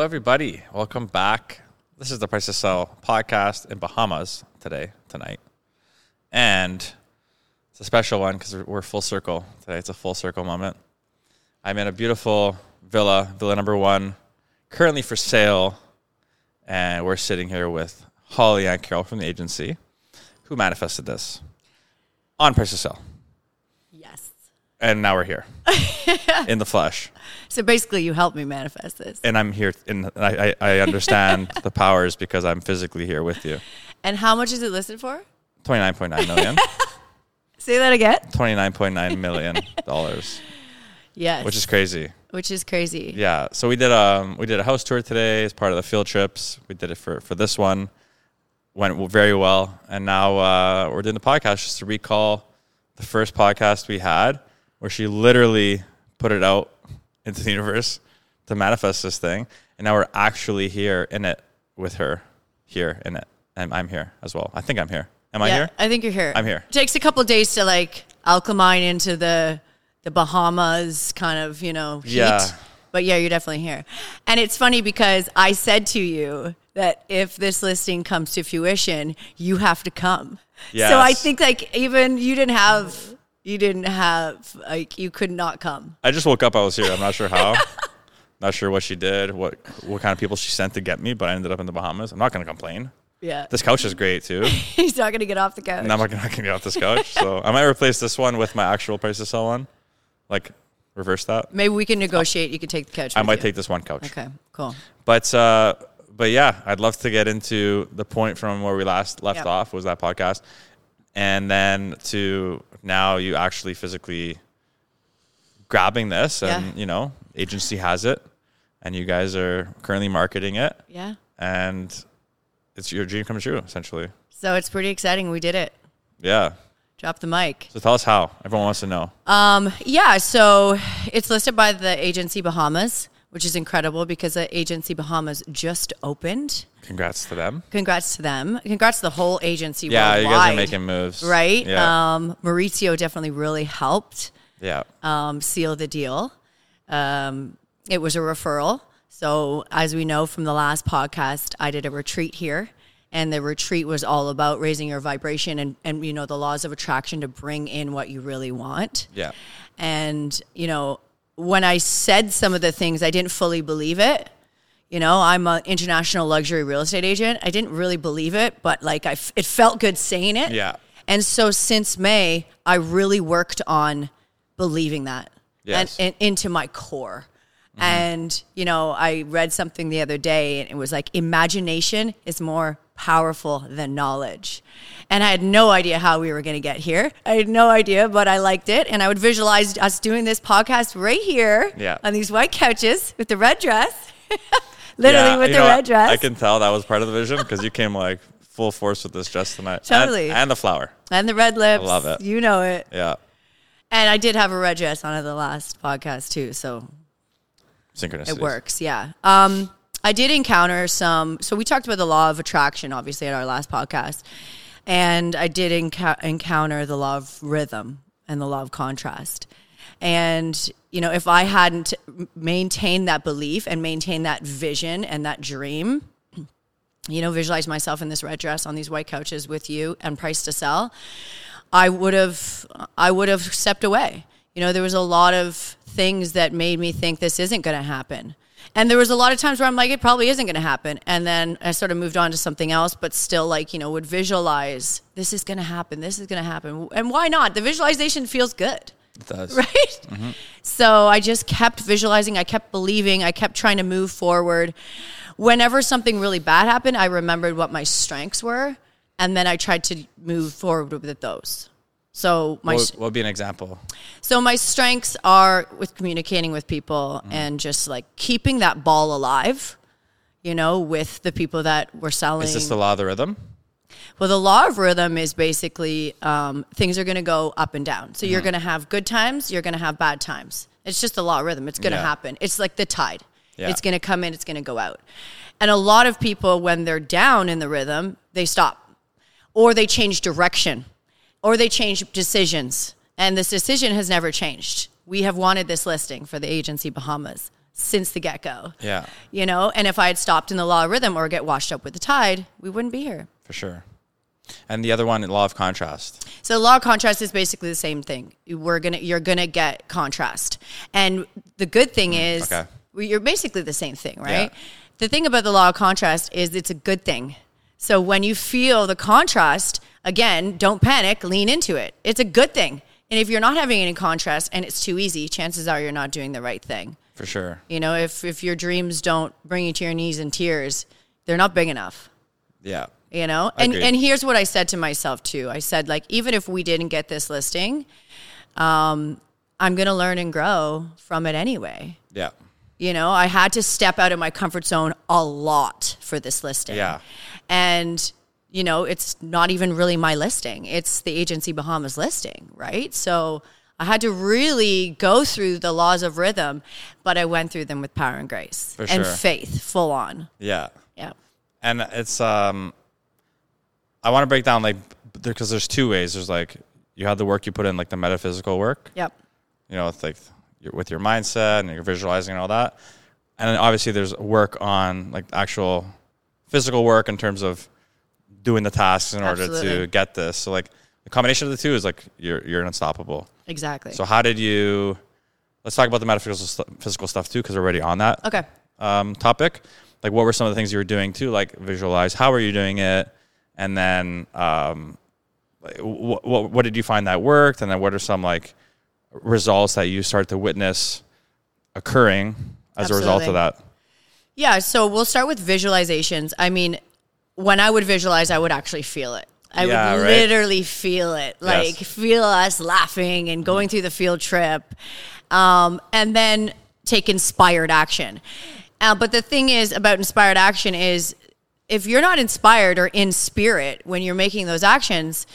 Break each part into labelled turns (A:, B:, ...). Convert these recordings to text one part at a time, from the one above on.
A: everybody. Welcome back. This is the Price to Sell podcast in Bahamas today, tonight. And it's a special one because we're full circle today. It's a full circle moment. I'm in a beautiful villa, villa number one, currently for sale. And we're sitting here with Holly and Carol from the agency who manifested this on Price to Sell.
B: Yes.
A: And now we're here in the flesh.
B: So basically, you helped me manifest this.
A: and I'm here, and I, I, I understand the powers because I'm physically here with you.
B: And how much is it listed for?
A: 29.9 million,
B: Say that again.
A: 29.9 million dollars,
B: Yes.
A: which is crazy.
B: which is crazy.
A: Yeah. So we did um we did a house tour today as part of the field trips. We did it for for this one, went w- very well, and now uh, we're doing the podcast just to recall the first podcast we had where she literally put it out into the universe to manifest this thing, and now we're actually here in it with her, here in it, and I'm here as well. I think I'm here. Am I
B: Yeah,
A: here?
B: I think you're here.
A: I'm here.
B: takes a couple days to like alchemine into the the Bahamas kind of, you know, heat.
A: Yeah.
B: But yeah, you're definitely here. And it's funny because I said to you that if this listing comes to fruition, you have to come. So I
A: Yes.
B: think like even you didn't have you didn't have like you could not come.
A: I just woke up. I was here. I'm not sure how. not sure what she did. What what kind of people she sent to get me. But I ended up in the Bahamas. I'm not gonna complain.
B: Yeah.
A: This couch is great too.
B: He's not going to get off the couch.
A: And I'm not gonna, not gonna get off this couch. So I might replace this one with my actual price to sell one. Like reverse that.
B: Maybe we can negotiate. You can take the couch.
A: I
B: with
A: might
B: you.
A: take this one couch.
B: Okay, cool.
A: But uh, but yeah, I'd love to get into the point from where we last left
B: Yep.
A: off was that podcast, and then to now you actually physically grabbing this, and
B: Yeah.
A: you know agency has it, and you guys are currently marketing it,
B: Yeah.
A: and it's your dream come true essentially.
B: So it's pretty exciting. We did it.
A: Yeah.
B: Drop the mic.
A: So tell us how everyone wants to know.
B: Yeah, so it's listed by the agency Bahamas, which is incredible because the agency Bahamas just opened.
A: Congrats to them.
B: Congrats to them. Congrats to the whole agency.
A: Yeah, you guys
B: worldwide,
A: are making moves,
B: right.
A: Yeah.
B: Um, Maurizio definitely really helped
A: yeah.
B: um, seal the deal. Um, it was a referral. So, as we know from the last podcast, I did a retreat here, and the retreat was all about raising your vibration and, and you know the laws of attraction to bring in what you really want.
A: Yeah.
B: And you know, when I said some of the things, I didn't fully believe it. You know, I'm an international luxury real estate agent. I didn't really believe it, but like I, f- it felt good saying it.
A: Yeah.
B: And so since May, I really worked on believing that
A: Yes.
B: and, and into my core.
A: Mm-hmm.
B: And, you know, I read something the other day and it was like, imagination is more powerful than knowledge. And I had no idea how we were going to get here. I had no idea, but I liked it. And I would visualize us doing this podcast right here
A: Yeah.
B: on these white couches with the red dress, literally
A: Yeah,
B: with
A: you
B: the
A: know,
B: red dress.
A: I can tell that was part of the vision because you came like full force with this dress tonight.
B: Totally.
A: And, and the flower.
B: and the red lips.
A: love it.
B: You know it.
A: Yeah.
B: And I did have a red dress on at the last podcast too, so
A: Synchronous.
B: it works. Yeah. Um, I did encounter some. So we talked about the law of attraction, obviously, at our last podcast, and I did encou- encounter the law of rhythm and the law of contrast. And you know, if I hadn't m- maintained that belief and maintained that vision and that dream, you know, visualize myself in this red dress on these white couches with you and price to sell, I would have I would have stepped away. You know, there was a lot of things that made me think this isn't going to happen. And there was a lot of times where I'm like it probably isn't going to happen. And then I sort of moved on to something else but still like, you know, would visualize this is going to happen. This is going to happen. And why not? The visualization feels good
A: It does.
B: right? So I just kept visualizing, I kept believing, I kept trying to move forward. Whenever something really bad happened, I remembered what my strengths were, and then I tried to move forward with those. So my
A: What, what would be an example?
B: so my strengths are with communicating with people and just like keeping that ball alive, you know, with the people that we're selling.
A: Is this the law of the rhythm?
B: Well, the law of rhythm is basically um, things are going to go up and down. So
A: Mm-hmm.
B: you're going to have good times, you're going to have bad times. It's just the law of rhythm. It's going to
A: Yeah.
B: happen. It's like the tide.
A: Yeah.
B: It's going to come in, it's going to go out. And a lot of people, when they're down in the rhythm, they stop or they change direction or they change decisions. And this decision has never changed. We have wanted this listing for the agency Bahamas. since the get go.
A: Yeah,
B: You know, and if I had stopped in the law of rhythm or get washed up with the tide, we wouldn't be here.
A: for sure. And the other one, law of contrast.
B: So the law of contrast is basically the same thing. We're gonna you're gonna get contrast. And the good thing is
A: Mm, okay.
B: we- you're basically the same thing, right?
A: Yeah.
B: The thing about the law of contrast is it's a good thing. So when you feel the contrast, again, don't panic, lean into it. It's a good thing. And if you're not having any contrast and it's too easy, chances are you're not doing the right thing.
A: For sure.
B: You know, if if your dreams don't bring you to your knees in tears, they're not big enough
A: Yeah.
B: you know and
A: Agreed.
B: and here's what i said to myself too i said like even if we didn't get this listing um i'm going to learn and grow from it anyway
A: Yeah.
B: you know i had to step out of my comfort zone a lot for this listing
A: Yeah.
B: and you know it's not even really my listing it's the agency bahamas listing right so i had to really go through the laws of rhythm but i went through them with power and grace
A: For sure.
B: and faith full on
A: Yeah.
B: yeah
A: And it's um, I want to break down like because there's two ways. There's like you have the work you put in, like the metaphysical work.
B: yep
A: You know, with like your, with your mindset and your visualizing and all that. And then obviously there's work on like actual physical work in terms of doing the tasks in order to
B: Absolutely.
A: get this. So like the combination of the two is like you're you're unstoppable.
B: exactly
A: So how did you? Let's talk about the metaphysical st- physical stuff too, because we're already on that
B: okay
A: um, topic. Like, what were some of the things you were doing to like visualize? How were you doing it? And then, um, like, wh- wh- what did you find that worked? And then, what are some like results that you start to witness occurring as a result of that?
B: Absolutely. Yeah, so we'll start with visualizations. I mean, when I would visualize, I would actually feel it. I
A: Yeah,
B: would
A: right.
B: literally feel it,
A: Yes.
B: like feel us laughing and going through the field trip, um, and then take inspired action. Uh, but the thing is about inspired action is if you're not inspired or in spirit when you're making those actions,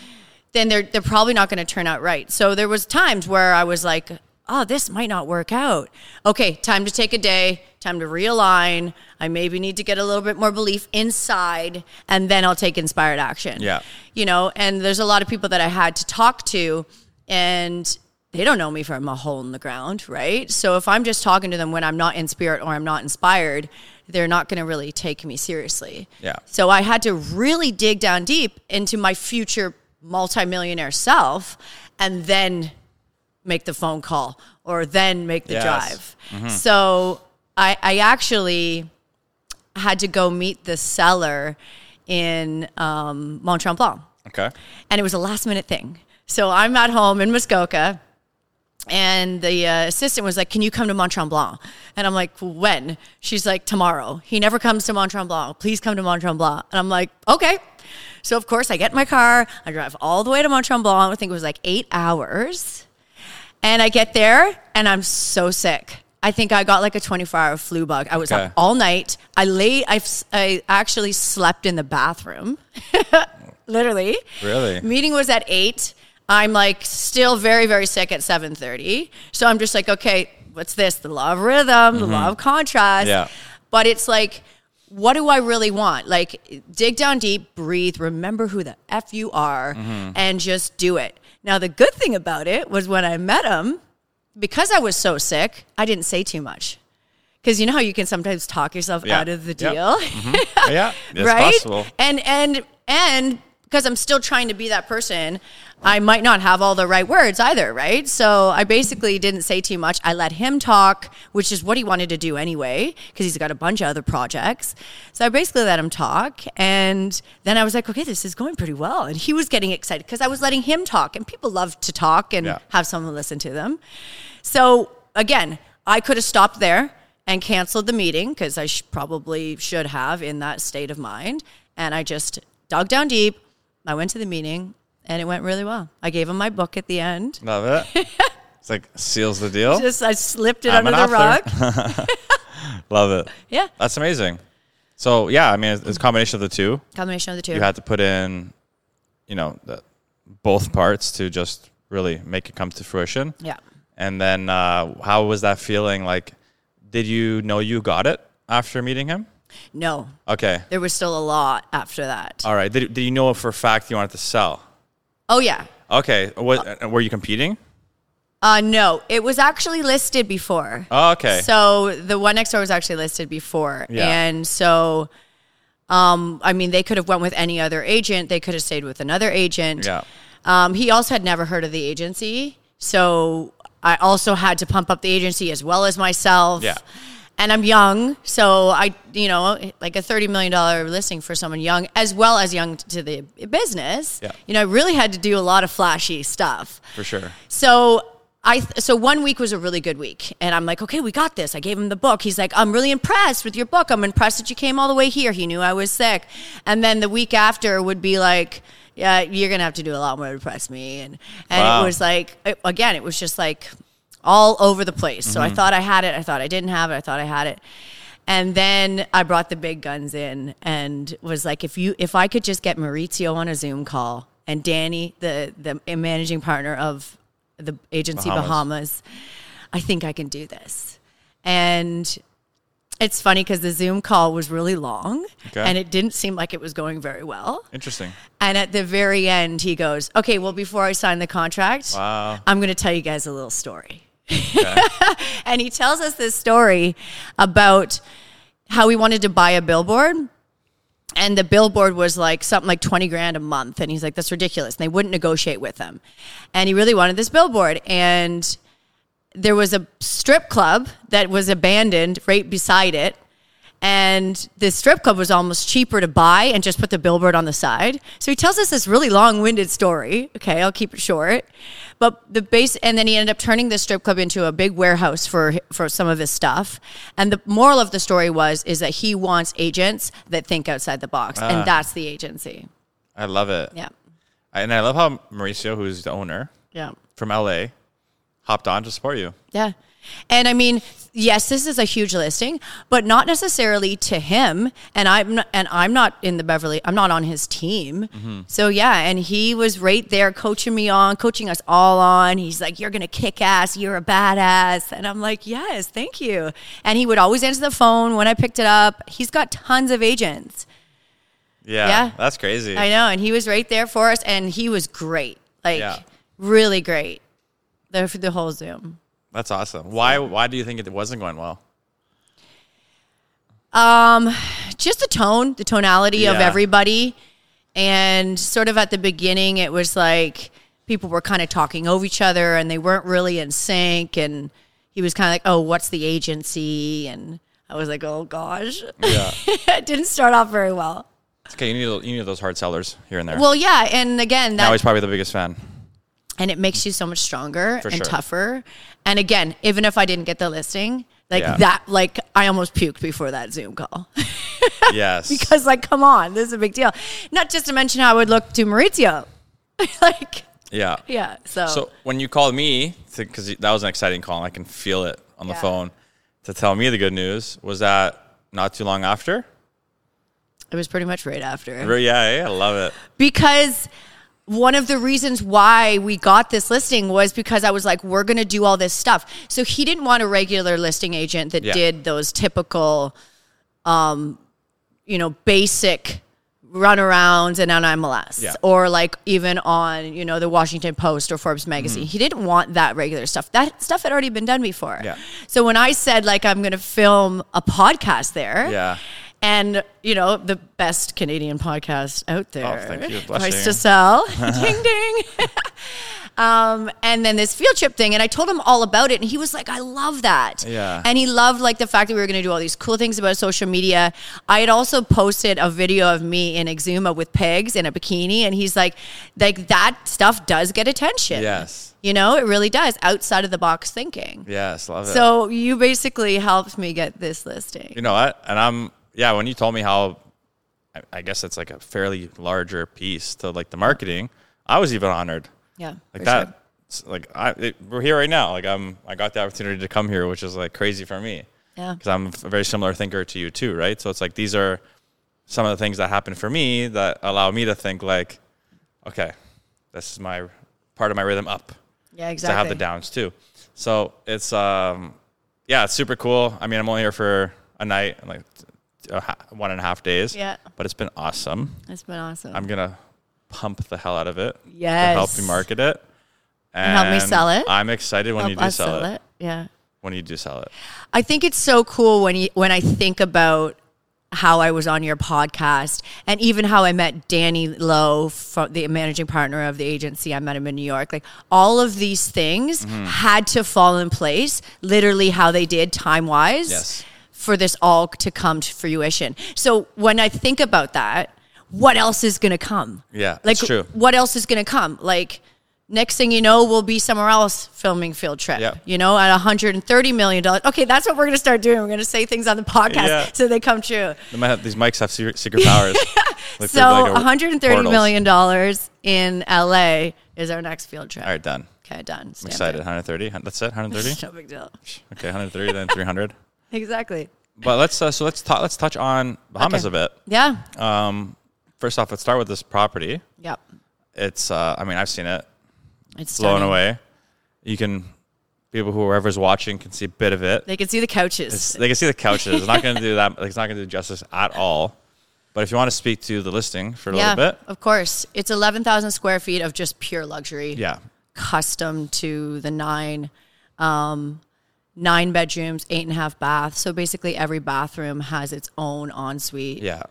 B: then they're they're probably not going to turn out right. So there was times where I was like, "Oh, this might not work out." Okay, time to take a day, time to realign. I maybe need to get a little bit more belief inside and then I'll take inspired action.
A: Yeah.
B: You know, and there's a lot of people that I had to talk to and they don't know me from a hole in the ground, right? So if I'm just talking to them when I'm not in spirit or I'm not inspired, they're not going to really take me seriously.
A: Yeah.
B: So I had to really dig down deep into my future multimillionaire self and then make the phone call or then make the
A: Yes. Mm-hmm.
B: drive. So I, I actually had to go meet the seller in um, Mont Tremblant
A: Okay.
B: and it was a last minute thing. So I'm at home in Muskoka, and the uh, assistant was like, "Can you come to Mont Tremblant?" And I'm like, "When?" She's like, "Tomorrow." He never comes to Mont Tremblant. Please come to Mont Tremblant. And I'm like, "Okay." So of course I get in my car. I drive all the way to Mont Tremblant. I think it was like eight hours, and I get there, and I'm so sick. I think I got like a 24 hour flu bug. I was
A: Okay.
B: up all night. I lay. I I actually slept in the bathroom, literally.
A: Really?
B: Meeting was at eight. I'm like still very, very sick at seven thirty. So I'm just like, okay, what's this? The law of rhythm, the law of contrast.
A: Mm-hmm. Yeah.
B: But it's like, what do I really want? Like, dig down deep, breathe, remember who the F you are,
A: Mm-hmm.
B: and just do it. Now, the good thing about it was when I met him, because I was so sick, I didn't say too much. Because you know how you can sometimes talk yourself
A: Yeah.
B: out of the
A: Yep.
B: deal?
A: yeah, it's
B: right?
A: possible.
B: And and and because I'm still trying to be that person, I might not have all the right words either, right? So I basically didn't say too much. I let him talk, which is what he wanted to do anyway, because he's got a bunch of other projects. So I basically let him talk, and then I was like, okay, this is going pretty well, and he was getting excited because I was letting him talk, and people love to talk and
A: Yeah.
B: have someone listen to them. So again, I could have stopped there and canceled the meeting because I sh- probably should have in that state of mind. And I just dug down deep. I went to the meeting and it went really well. I gave him my book at the end.
A: Love it. It's like seals the deal.
B: Just I slipped it
A: I'm
B: under
A: an
B: the
A: author.
B: rug.
A: Love it.
B: Yeah,
A: That's amazing. So yeah, I mean, it's, it's a combination of the two.
B: combination of the two.
A: you had to put in, you know, the, both parts to just really make it come to fruition.
B: yeah.
A: And then, uh, how was that feeling? Like, did you know you got it after meeting him?
B: No,
A: Okay.
B: there was still a lot after that.
A: All right. Did, did you know for a fact you wanted to sell?
B: oh yeah.
A: Okay. What, uh, were you competing?
B: Uh, no, it was actually listed before.
A: Oh, okay.
B: So the one next door was actually listed before,
A: Yeah.
B: and so, um, I mean, they could have went with any other agent. They could have stayed with another agent.
A: Yeah.
B: Um, he also had never heard of the agency, so I also had to pump up the agency as well as myself.
A: Yeah.
B: And I'm young, so I, you know, like a thirty million dollar listing for someone young, as well as young to the business.
A: Yeah.
B: You know, I really had to do a lot of flashy stuff.
A: for sure.
B: So I th- so one week was a really good week, and I'm like, okay, we got this. I gave him the book. He's like, I'm really impressed with your book. I'm impressed that you came all the way here. He knew I was sick, and then the week after would be like, yeah, you're gonna have to do a lot more to impress me, and and
A: Wow.
B: it was like it- again, it was just like all over the place. So I
A: Mm-hmm.
B: thought I had it. I thought I didn't have it. I thought I had it. And then I brought the big guns in and was like, if you, if I could just get Maurizio on a Zoom call and Danny, the the managing partner of the agency
A: Bahamas.
B: Bahamas. I think I can do this. And it's funny because the Zoom call was really long
A: Okay.
B: and it didn't seem like it was going very well.
A: Interesting.
B: And at the very end, he goes, Okay, well, before I sign the contract,
A: Wow.
B: I'm going to tell you guys a little story. and he tells us this story about how he wanted to buy a billboard. And the billboard was like something like 20 grand a month. And he's like, That's ridiculous. And they wouldn't negotiate with him. And he really wanted this billboard. And there was a strip club that was abandoned right beside it. And the strip club was almost cheaper to buy and just put the billboard on the side. So he tells us this really long winded story. Okay, I'll keep it short. But the base, and then he ended up turning this strip club into a big warehouse for, for some of his stuff. And the moral of the story was, is that he wants agents that think outside the box.
A: Ah.
B: And that's the agency.
A: I love it.
B: Yeah.
A: And I love how Mauricio, who's the owner
B: Yeah.
A: from LA, hopped on to support you.
B: Yeah. And I mean, yes, this is a huge listing, but not necessarily to him. And I'm not, and I'm not in the Beverly. I'm not on his team. So yeah, and he was right there coaching me on, coaching us all on. He's like, "You're gonna kick ass. You're a badass." And I'm like, "Yes, thank you." And he would always answer the phone when I picked it up. He's got tons of agents.
A: Yeah.
B: Yeah.
A: That's crazy.
B: I know, and he was right there for us, and he was great. Like
A: Yeah.
B: really great. The the whole Zoom.
A: That's awesome. Why why do you think it wasn't going well?
B: just the tone, the tonality of
A: Yeah.
B: everybody. And sort of at the beginning, it was like people were kind of talking over each other and they weren't really in sync. And he was kind of like, oh, what's the agency? And I was like, oh gosh.
A: Yeah.
B: it didn't start off very well.
A: It's okay. You need you need those hard sellers here and there.
B: Well, yeah. And again,
A: now
B: that,
A: he's probably the biggest fan.
B: and it makes you so much stronger and
A: sure.
B: tougher. And again, even if I didn't get the listing, like
A: Yeah.
B: that, like I almost puked before that Zoom call.
A: Yes.
B: because like come on this is a big deal not just to mention how i would look to maurizio like
A: yeah.
B: yeah so,
A: So when you called me, because that was an exciting call, and I can feel it on the
B: Yeah.
A: phone, to tell me the good news was that not too long after.
B: it was pretty much right after
A: Re- Yeah, yeah, I love it.
B: because one of the reasons why we got this listing was because I was like, we're going to do all this stuff. So he didn't want a regular listing agent that
A: Yeah.
B: did those typical, um, you know, basic runarounds and on MLS
A: Yeah.
B: or like even on, you know, the Washington Post or Forbes magazine.
A: Mm-hmm.
B: He didn't want that regular stuff. That stuff had already been done before.
A: Yeah.
B: So when I said like, I'm going to film a podcast there
A: Yeah.
B: and you know the best Canadian podcast out there.
A: Oh, thank you. Blessing.
B: Price to sell. ding ding. um, and then this field trip thing, and I told him all about it, and he was like, "I love that."
A: Yeah.
B: And he loved like the fact that we were going to do all these cool things about social media. I had also posted a video of me in Exuma with pigs in a bikini, and he's like, "Like that stuff does get attention."
A: Yes.
B: You know, it really does. Outside of the box thinking.
A: Yes, love it.
B: So you basically helped me get this listing.
A: You know what? And I'm yeah. When you told me how, I, I guess it's like a fairly larger piece to like the marketing. I was even honored.
B: yeah.
A: Like
B: for sure.
A: that. s- Like I, it, we're here right now. Like I'm, I got the opportunity to come here, which is like crazy for me.
B: Yeah.
A: Because I'm a very similar thinker to you too, right? So it's like these are some of the things that happen for me that allow me to think like, okay, this is my part of my rhythm up.
B: Yeah,
A: to
B: exactly.
A: have the downs too. So it's um, yeah, it's super cool. I mean, I'm only here for a night, and like a ha- one and a half days.
B: Yeah.
A: but it's been awesome.
B: That's been awesome.
A: I'm gonna pump the hell out of it. to help
B: Yes.
A: you market it, And
B: help me sell it?
A: I'm excited when
B: Help
A: you do
B: us
A: sell, it.
B: Yeah.
A: When you do sell it.
B: I think it's so cool when you, when I think about how I was on your podcast and even how I met Danny Lowe, from the managing partner of the agency. I met him in New York. Like all of these things
A: Mm-hmm.
B: had to fall in place, literally how they did time wise,
A: Yes.
B: for this all to come to fruition. So when I think about that, what else is going to come?
A: Yeah,
B: like
A: it's true.
B: what else is going to come? Like next thing you know, we'll be somewhere else filming field trip.
A: Yep.
B: You know, at 130 million dollars. Okay, that's what we're going to start doing. We're going to say things on the podcast
A: Yeah.
B: so they come true.
A: They might have- these mics have secret, secret powers. Like
B: So
A: they're like a-
B: 130
A: portals.
B: million dollars in LA is our next field trip.
A: All right, done.
B: Okay, done. Stamp
A: Excited.
B: it.
A: 130. That's it. 130.
B: No big deal.
A: okay, 130 then 300.
B: Exactly.
A: But let's uh, so let's talk. Let's touch on Bahamas
B: Okay.
A: a bit.
B: Yeah.
A: Uh, First off, let's start with this property.
B: yep.
A: It's uh, I mean I've seen it.
B: It's
A: blown
B: stunning.
A: away. You can people whoever's watching can see a bit of it.
B: They can see the couches.
A: They can see the couches. It's not going to do that. It's not going to do justice at all. But if you want to speak to the listing for a
B: yeah,
A: little bit,
B: of course. It's 11,000 square feet of just pure luxury.
A: yeah,
B: custom to the nine um, nine bedrooms eight and a half baths so basically every bathroom has its own ensuite
A: yeah,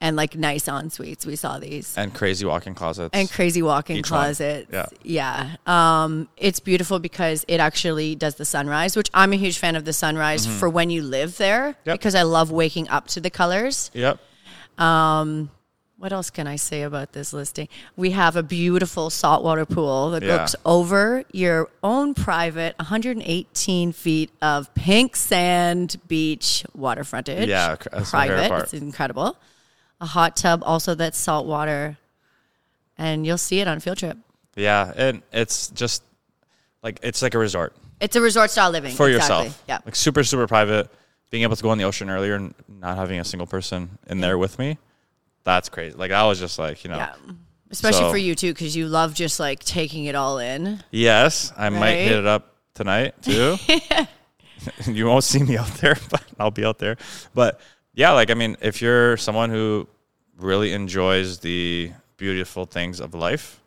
B: and like nice ensuites we saw these
A: and crazy walk-in closets.
B: and crazy walk-in
A: Each one.
B: closets yeah, Um, it's beautiful because it actually does the sunrise which i'm a huge fan of the sunrise for when you live there
A: Mm-hmm. Yep.
B: because i love waking up to the colors
A: yep,
B: what else can I say about this listing? We have a beautiful saltwater pool that
A: Yeah.
B: looks over your own private 118 feet of pink sand beach water frontage.
A: Yeah, cr- that's my favorite
B: private.
A: part.
B: It's incredible. A hot tub also that's saltwater, and you'll see it on field trip.
A: yeah, and it's just like it's like a resort
B: It's a resort style living
A: for
B: exactly.
A: yourself.
B: Yeah,
A: like super super private. Being able to go in the ocean earlier and not having a single person in there with me, that's crazy. Like I was just like you know,
B: yeah. Especially
A: So-
B: for you too, because you love just like taking it all in.
A: Yes, I might hit
B: Right?
A: it up tonight too. you won't see me out there, but I'll be out there. But yeah, like I mean, if you're someone who really enjoys the beautiful things of life,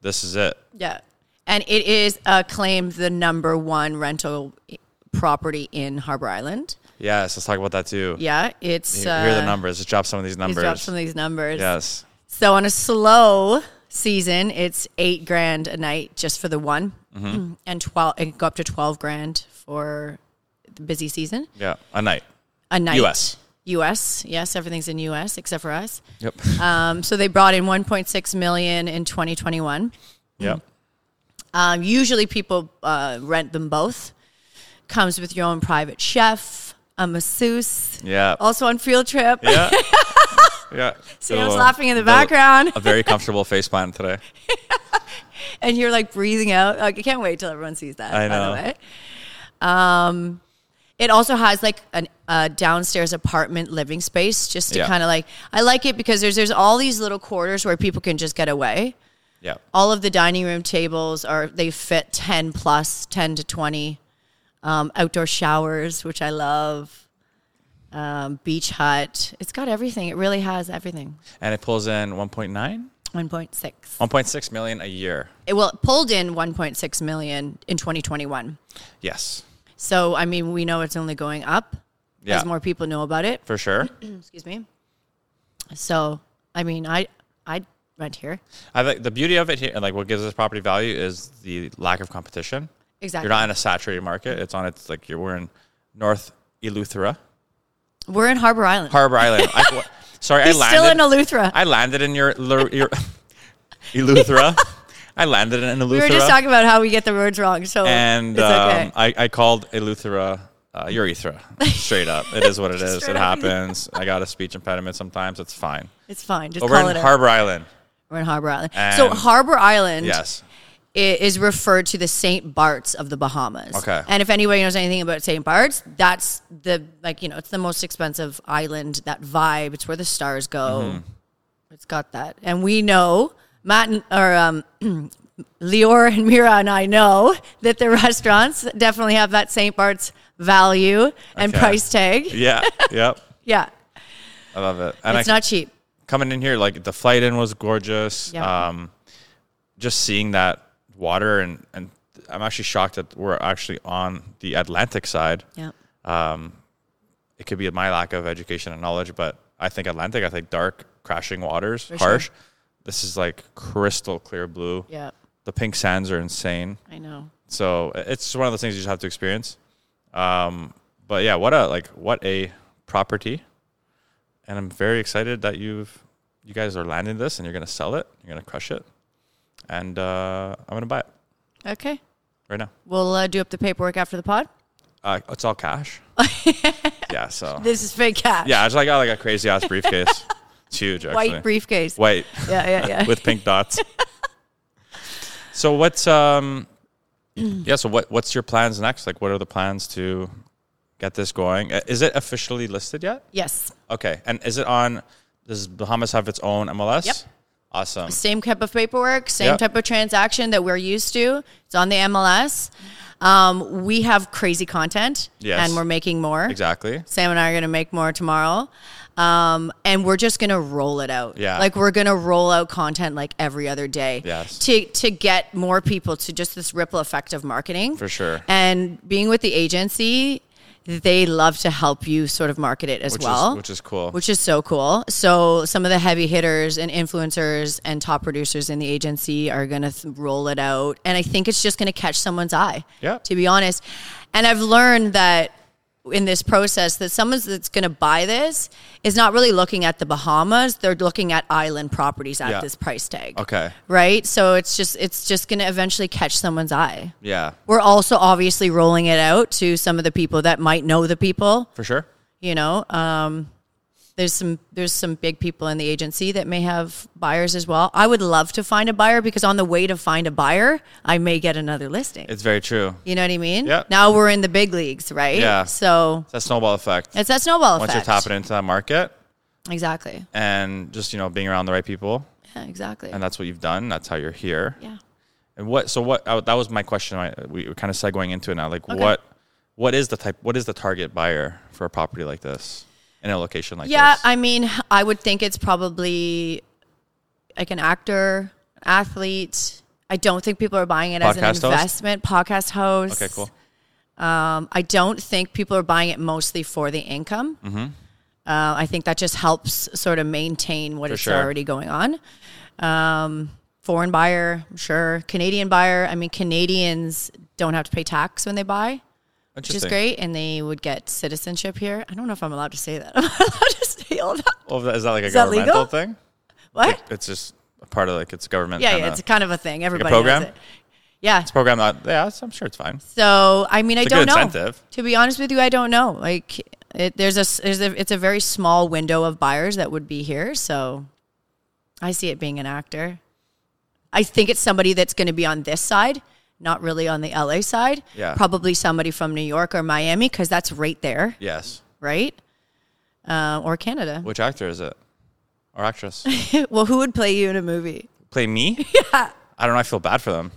A: this is it.
B: Yeah. And it is acclaimed the number one rental property in Harbor Island.
A: Yes, let's talk about that too.
B: Yeah. It's.
A: Here Hear the
B: uh,
A: numbers. Let's drop some of these
B: he's
A: numbers.
B: dropped some of these numbers.
A: yes.
B: So on a slow season, it's eight grand a night just for the one,
A: Mm-hmm.
B: and twelve. It can go up to twelve grand for the busy season
A: Yeah. A night.
B: a night.
A: US.
B: U.S. Yes, everything's in U.S. except for us.
A: Yep.
B: Um, so they brought in 1.6 million in 2021.
A: yep.
B: Um, usually people uh, rent them both. Comes with your own private chef, a masseuse,
A: Yeah.
B: also on field trip.
A: Yeah. yeah.
B: See, I was
A: So,
B: laughing in the
A: no,
B: background,
A: A very comfortable face plan today.
B: and you're like breathing out. Like, I can't wait till everyone sees that.
A: I know.
B: By the way, um, it also has like an, a downstairs apartment living space, just to
A: Yeah.
B: kind of like. I like it because there's there's all these little quarters where people can just get away.
A: Yeah.
B: all of the dining room tables are they fit 10 plus 10 to 20 um, outdoor showers which i love um, beach hut it's got everything it really has everything
A: And it pulls in 1.9,
B: 1.6
A: 1.6 million a year.
B: it well it pulled in 1.6 million in 2021
A: Yes.
B: so i mean we know it's only going up
A: Yeah.
B: as more people know about it
A: for sure.
B: excuse me so i mean i i'd rent here
A: I think the beauty of it here, and like what gives this property value, is the lack of competition.
B: exactly
A: You're not in a saturated market. It's on its like you're we're in North Eleuthera,
B: we're in harbor island
A: Harbor Island. I, wha- sorry, I
B: He's
A: landed.
B: still in eleuthera
A: I landed in your, ler- your Eleuthera. I landed in Eleuthera,
B: we were just talking about how we get the words wrong so
A: and
B: it's okay
A: um, I, I called Eleuthera uh, urethra. Straight up, it is what it is.
B: Straight
A: It
B: up.
A: happens. I got a speech impediment sometimes. It's fine.
B: It's fine. Just
A: But
B: call
A: we're
B: it
A: in
B: a-
A: Harbor Island.
B: We're in Harbor Island. so
A: And-
B: Harbor Island
A: Yes.
B: i- is referred to the St. Bart's of the Bahamas.
A: Okay.
B: And if anybody knows anything about St. Bart's, that's the like you know it's the most expensive island. That vibe. It's where the stars go.
A: Mm-hmm.
B: It's got that, and we know Matt and, or um, Lior and Mira and I know that the restaurants definitely have that St. Bart's value and
A: Okay.
B: price tag.
A: Yeah. yep.
B: Yeah,
A: I love it. And
B: it's
A: I,
B: not cheap.
A: coming in here, like the flight in was gorgeous.
B: Yeah.
A: Um, just seeing that water, and and I'm actually shocked that we're actually on the Atlantic side.
B: Yeah.
A: It could be my lack of education and knowledge, but I think Atlantic. I think dark, crashing waters,
B: For sure.
A: harsh. This is like crystal clear blue.
B: Yeah.
A: The pink sands are insane.
B: I know.
A: So i- it's just one of those things you just have to experience. Um, but yeah, what a like what a property, and I'm very excited that you've you guys are landing this and you're gonna sell it, you're gonna crush it, and uh, I'm gonna buy it
B: Okay.
A: right now.
B: We'll uh, do up the paperwork after the pod.
A: Uh, it's all cash. yeah, so
B: This is fake cash.
A: yeah, I just like got like a crazy ass briefcase. It's huge, actually.
B: White briefcase.
A: White.
B: Yeah, yeah, yeah.
A: with pink dots. so what's um yeah, so what what's your plans next? Like what are the plans to get this going? Uh, Is it officially listed yet?
B: yes.
A: Okay. And is it on does Bahamas have its own MLS?
B: Yep.
A: Awesome.
B: Same type of paperwork, same
A: Yep.
B: type of transaction that we're used to. It's on the MLS. Um, we have crazy content,
A: Yes.
B: and we're making more.
A: Exactly.
B: Sam and I are going to make more tomorrow. Um, and we're just going to roll it out.
A: Yeah.
B: Like we're going to roll out content like every other day
A: Yes.
B: to, to get more people to just this ripple effect of marketing.
A: For sure.
B: And being with the agency, they love to help you sort of market it as
A: Which
B: well
A: is which is cool.
B: which is so cool. So some of the heavy hitters and influencers and top producers in the agency are going to th- roll it out, and I think it's just going to catch someone's eye.
A: Yeah.
B: To be honest, and I've learned that in this process that someone that's going to buy this is not really looking at the Bahamas; they're looking at island properties at
A: Yeah.
B: this price tag.
A: okay.
B: Right. So it's just it's just going to eventually catch someone's eye.
A: Yeah.
B: We're also obviously rolling it out to some of the people that might know the people
A: For sure.
B: you know um, there's some there's some big people in the agency that may have buyers as well i would love to find a buyer because on the way to find a buyer i may get another listing
A: It's very true.
B: you know what i mean
A: Yeah.
B: now we're in the big leagues right
A: Yeah.
B: so
A: It's that snowball effect.
B: it's that snowball
A: Once
B: effect
A: you're tapping into that market
B: exactly
A: and just, you know, being around the right people.
B: yeah exactly
A: And that's what you've done. That's how you're here.
B: yeah
A: And what? So what? I, that was my question. I, we were kind of segueing into it now. Like, what? What is the type? What is the target buyer for a property like this in a location like
B: yeah
A: this?
B: i mean i would think it's probably like an actor athlete i don't think people are buying it
A: Podcast
B: as
A: host?
B: an investment podcast host
A: Okay, cool.
B: I don't think people are buying it mostly for the income.
A: Mm-hmm.
B: Uh, I think that just helps sort of maintain what is
A: sure.
B: already going on. Um, foreign buyer, sure. Canadian buyer. I mean, Canadians don't have to pay tax when they buy, which
A: Interesting.
B: is great, and they would get citizenship here. I don't know if I'm allowed to say that. I'm not allowed to say all that.
A: Well, is that like a
B: that
A: governmental
B: legal?
A: thing?
B: What?
A: It's just a part of like it's government.
B: Yeah,
A: kinda
B: yeah. It's kind of a thing. Everybody
A: program?
B: Knows it. Yeah.
A: program that. Yeah, it's- I'm sure it's fine.
B: So I mean, I
A: It's a
B: don't
A: good
B: know.
A: incentive.
B: To be honest with you, I don't know. Like, it, there's a s- there's a it's a very small window of buyers that would be here. So, I see it being an actor. I think it's somebody that's going to be on this side, not really on the LA side.
A: Yeah.
B: Probably somebody from New York or Miami because that's right there,
A: Yes.
B: right? Uh, or Canada.
A: Which actor is it? Or actress?
B: well, who would play you in a movie?
A: Play me? Yeah. I don't know. I feel bad for them.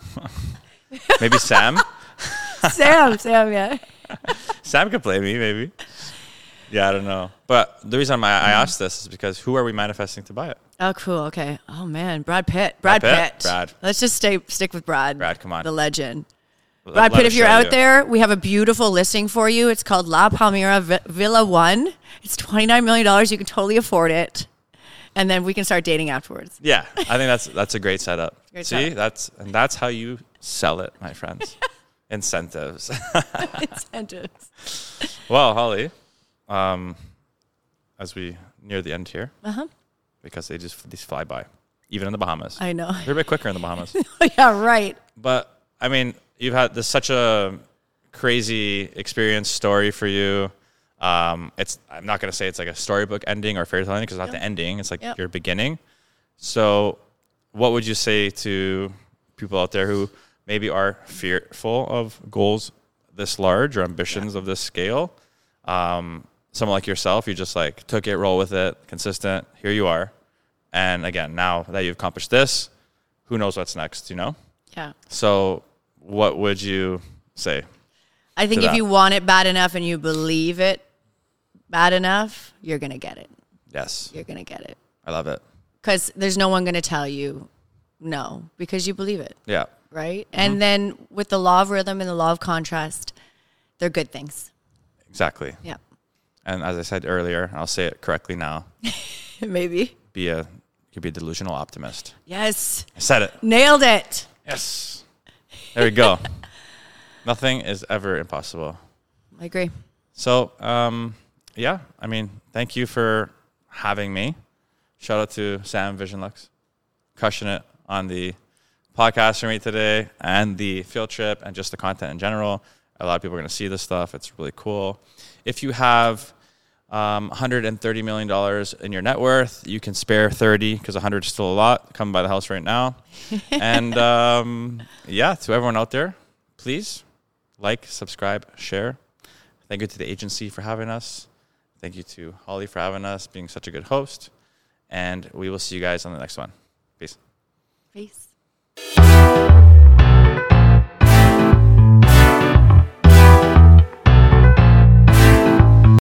A: maybe Sam.
B: Sam. Sam. Yeah.
A: Sam could play me. Maybe. Yeah, I don't know. But the reason I, I
B: Mm.
A: asked this is because who are we manifesting to buy it?
B: Oh, cool. Okay. Oh man, Brad Pitt. Brad,
A: Pitt.
B: Pitt.
A: Brad.
B: Let's just stay stick with Brad.
A: Brad, come on.
B: The legend.
A: Let-
B: Brad
A: let
B: Pitt,
A: us
B: if you're
A: show
B: out
A: you.
B: there, we have a beautiful listing for you. It's called La Palmira Vi- Villa One. It's twenty nine million dollars. You can totally afford it, and then we can start dating afterwards.
A: Yeah, I think that's that's a great setup.
B: Great
A: See,
B: setup.
A: that's and that's how you sell it, my friends. Incentives.
B: Incentives.
A: well, Holly, um, as we near the end here,
B: Uh-huh.
A: because they just these fly by, even in the Bahamas.
B: I know.
A: They're a bit quicker in the Bahamas,
B: yeah, right.
A: but I mean, you've had this such a crazy experience story for you. Um, it's I'm not gonna say it's like a storybook ending or fairy tale ending because it's not the ending. It's like
B: Yep.
A: your beginning. So, what would you say to people out there who maybe are fearful of goals this large or ambitions of this scale? Um, someone like yourself, you just like took it, roll with it, consistent. Here you are, and again, now that you've accomplished this, who knows what's next? You know.
B: Yeah.
A: So, what would you say?
B: I think
A: To
B: if
A: that.
B: you want it bad enough and you believe it bad enough, you're gonna get it.
A: Yes,
B: You're gonna get it.
A: I love it.
B: because there's no one going to tell you No, because you believe it,
A: Yeah.
B: right?
A: Mm-hmm.
B: And then with the law of rhythm and the law of contrast, they're good things.
A: Exactly.
B: Yeah.
A: And as I said earlier, I'll say it correctly now.
B: Maybe.
A: Be a you could be a delusional optimist.
B: Yes.
A: I said it.
B: Nailed it.
A: Yes. There we go. Nothing is ever impossible.
B: I agree.
A: So, um, yeah, I mean, thank you for having me. Shout out to Sam Visionlux, crushing it on the podcast for me today and the field trip and just the content in general. A lot of people are going to see this stuff. It's really cool. If you have um, $130 million in your net worth, you can spare 30 because 100 is still a lot. Come by the house right now. and um, yeah, to everyone out there, please like, subscribe, share. Thank you to the agency for having us. Thank you to Holly for having us, being such a good host. And we will see you guys on the next one. Peace.
B: Peace.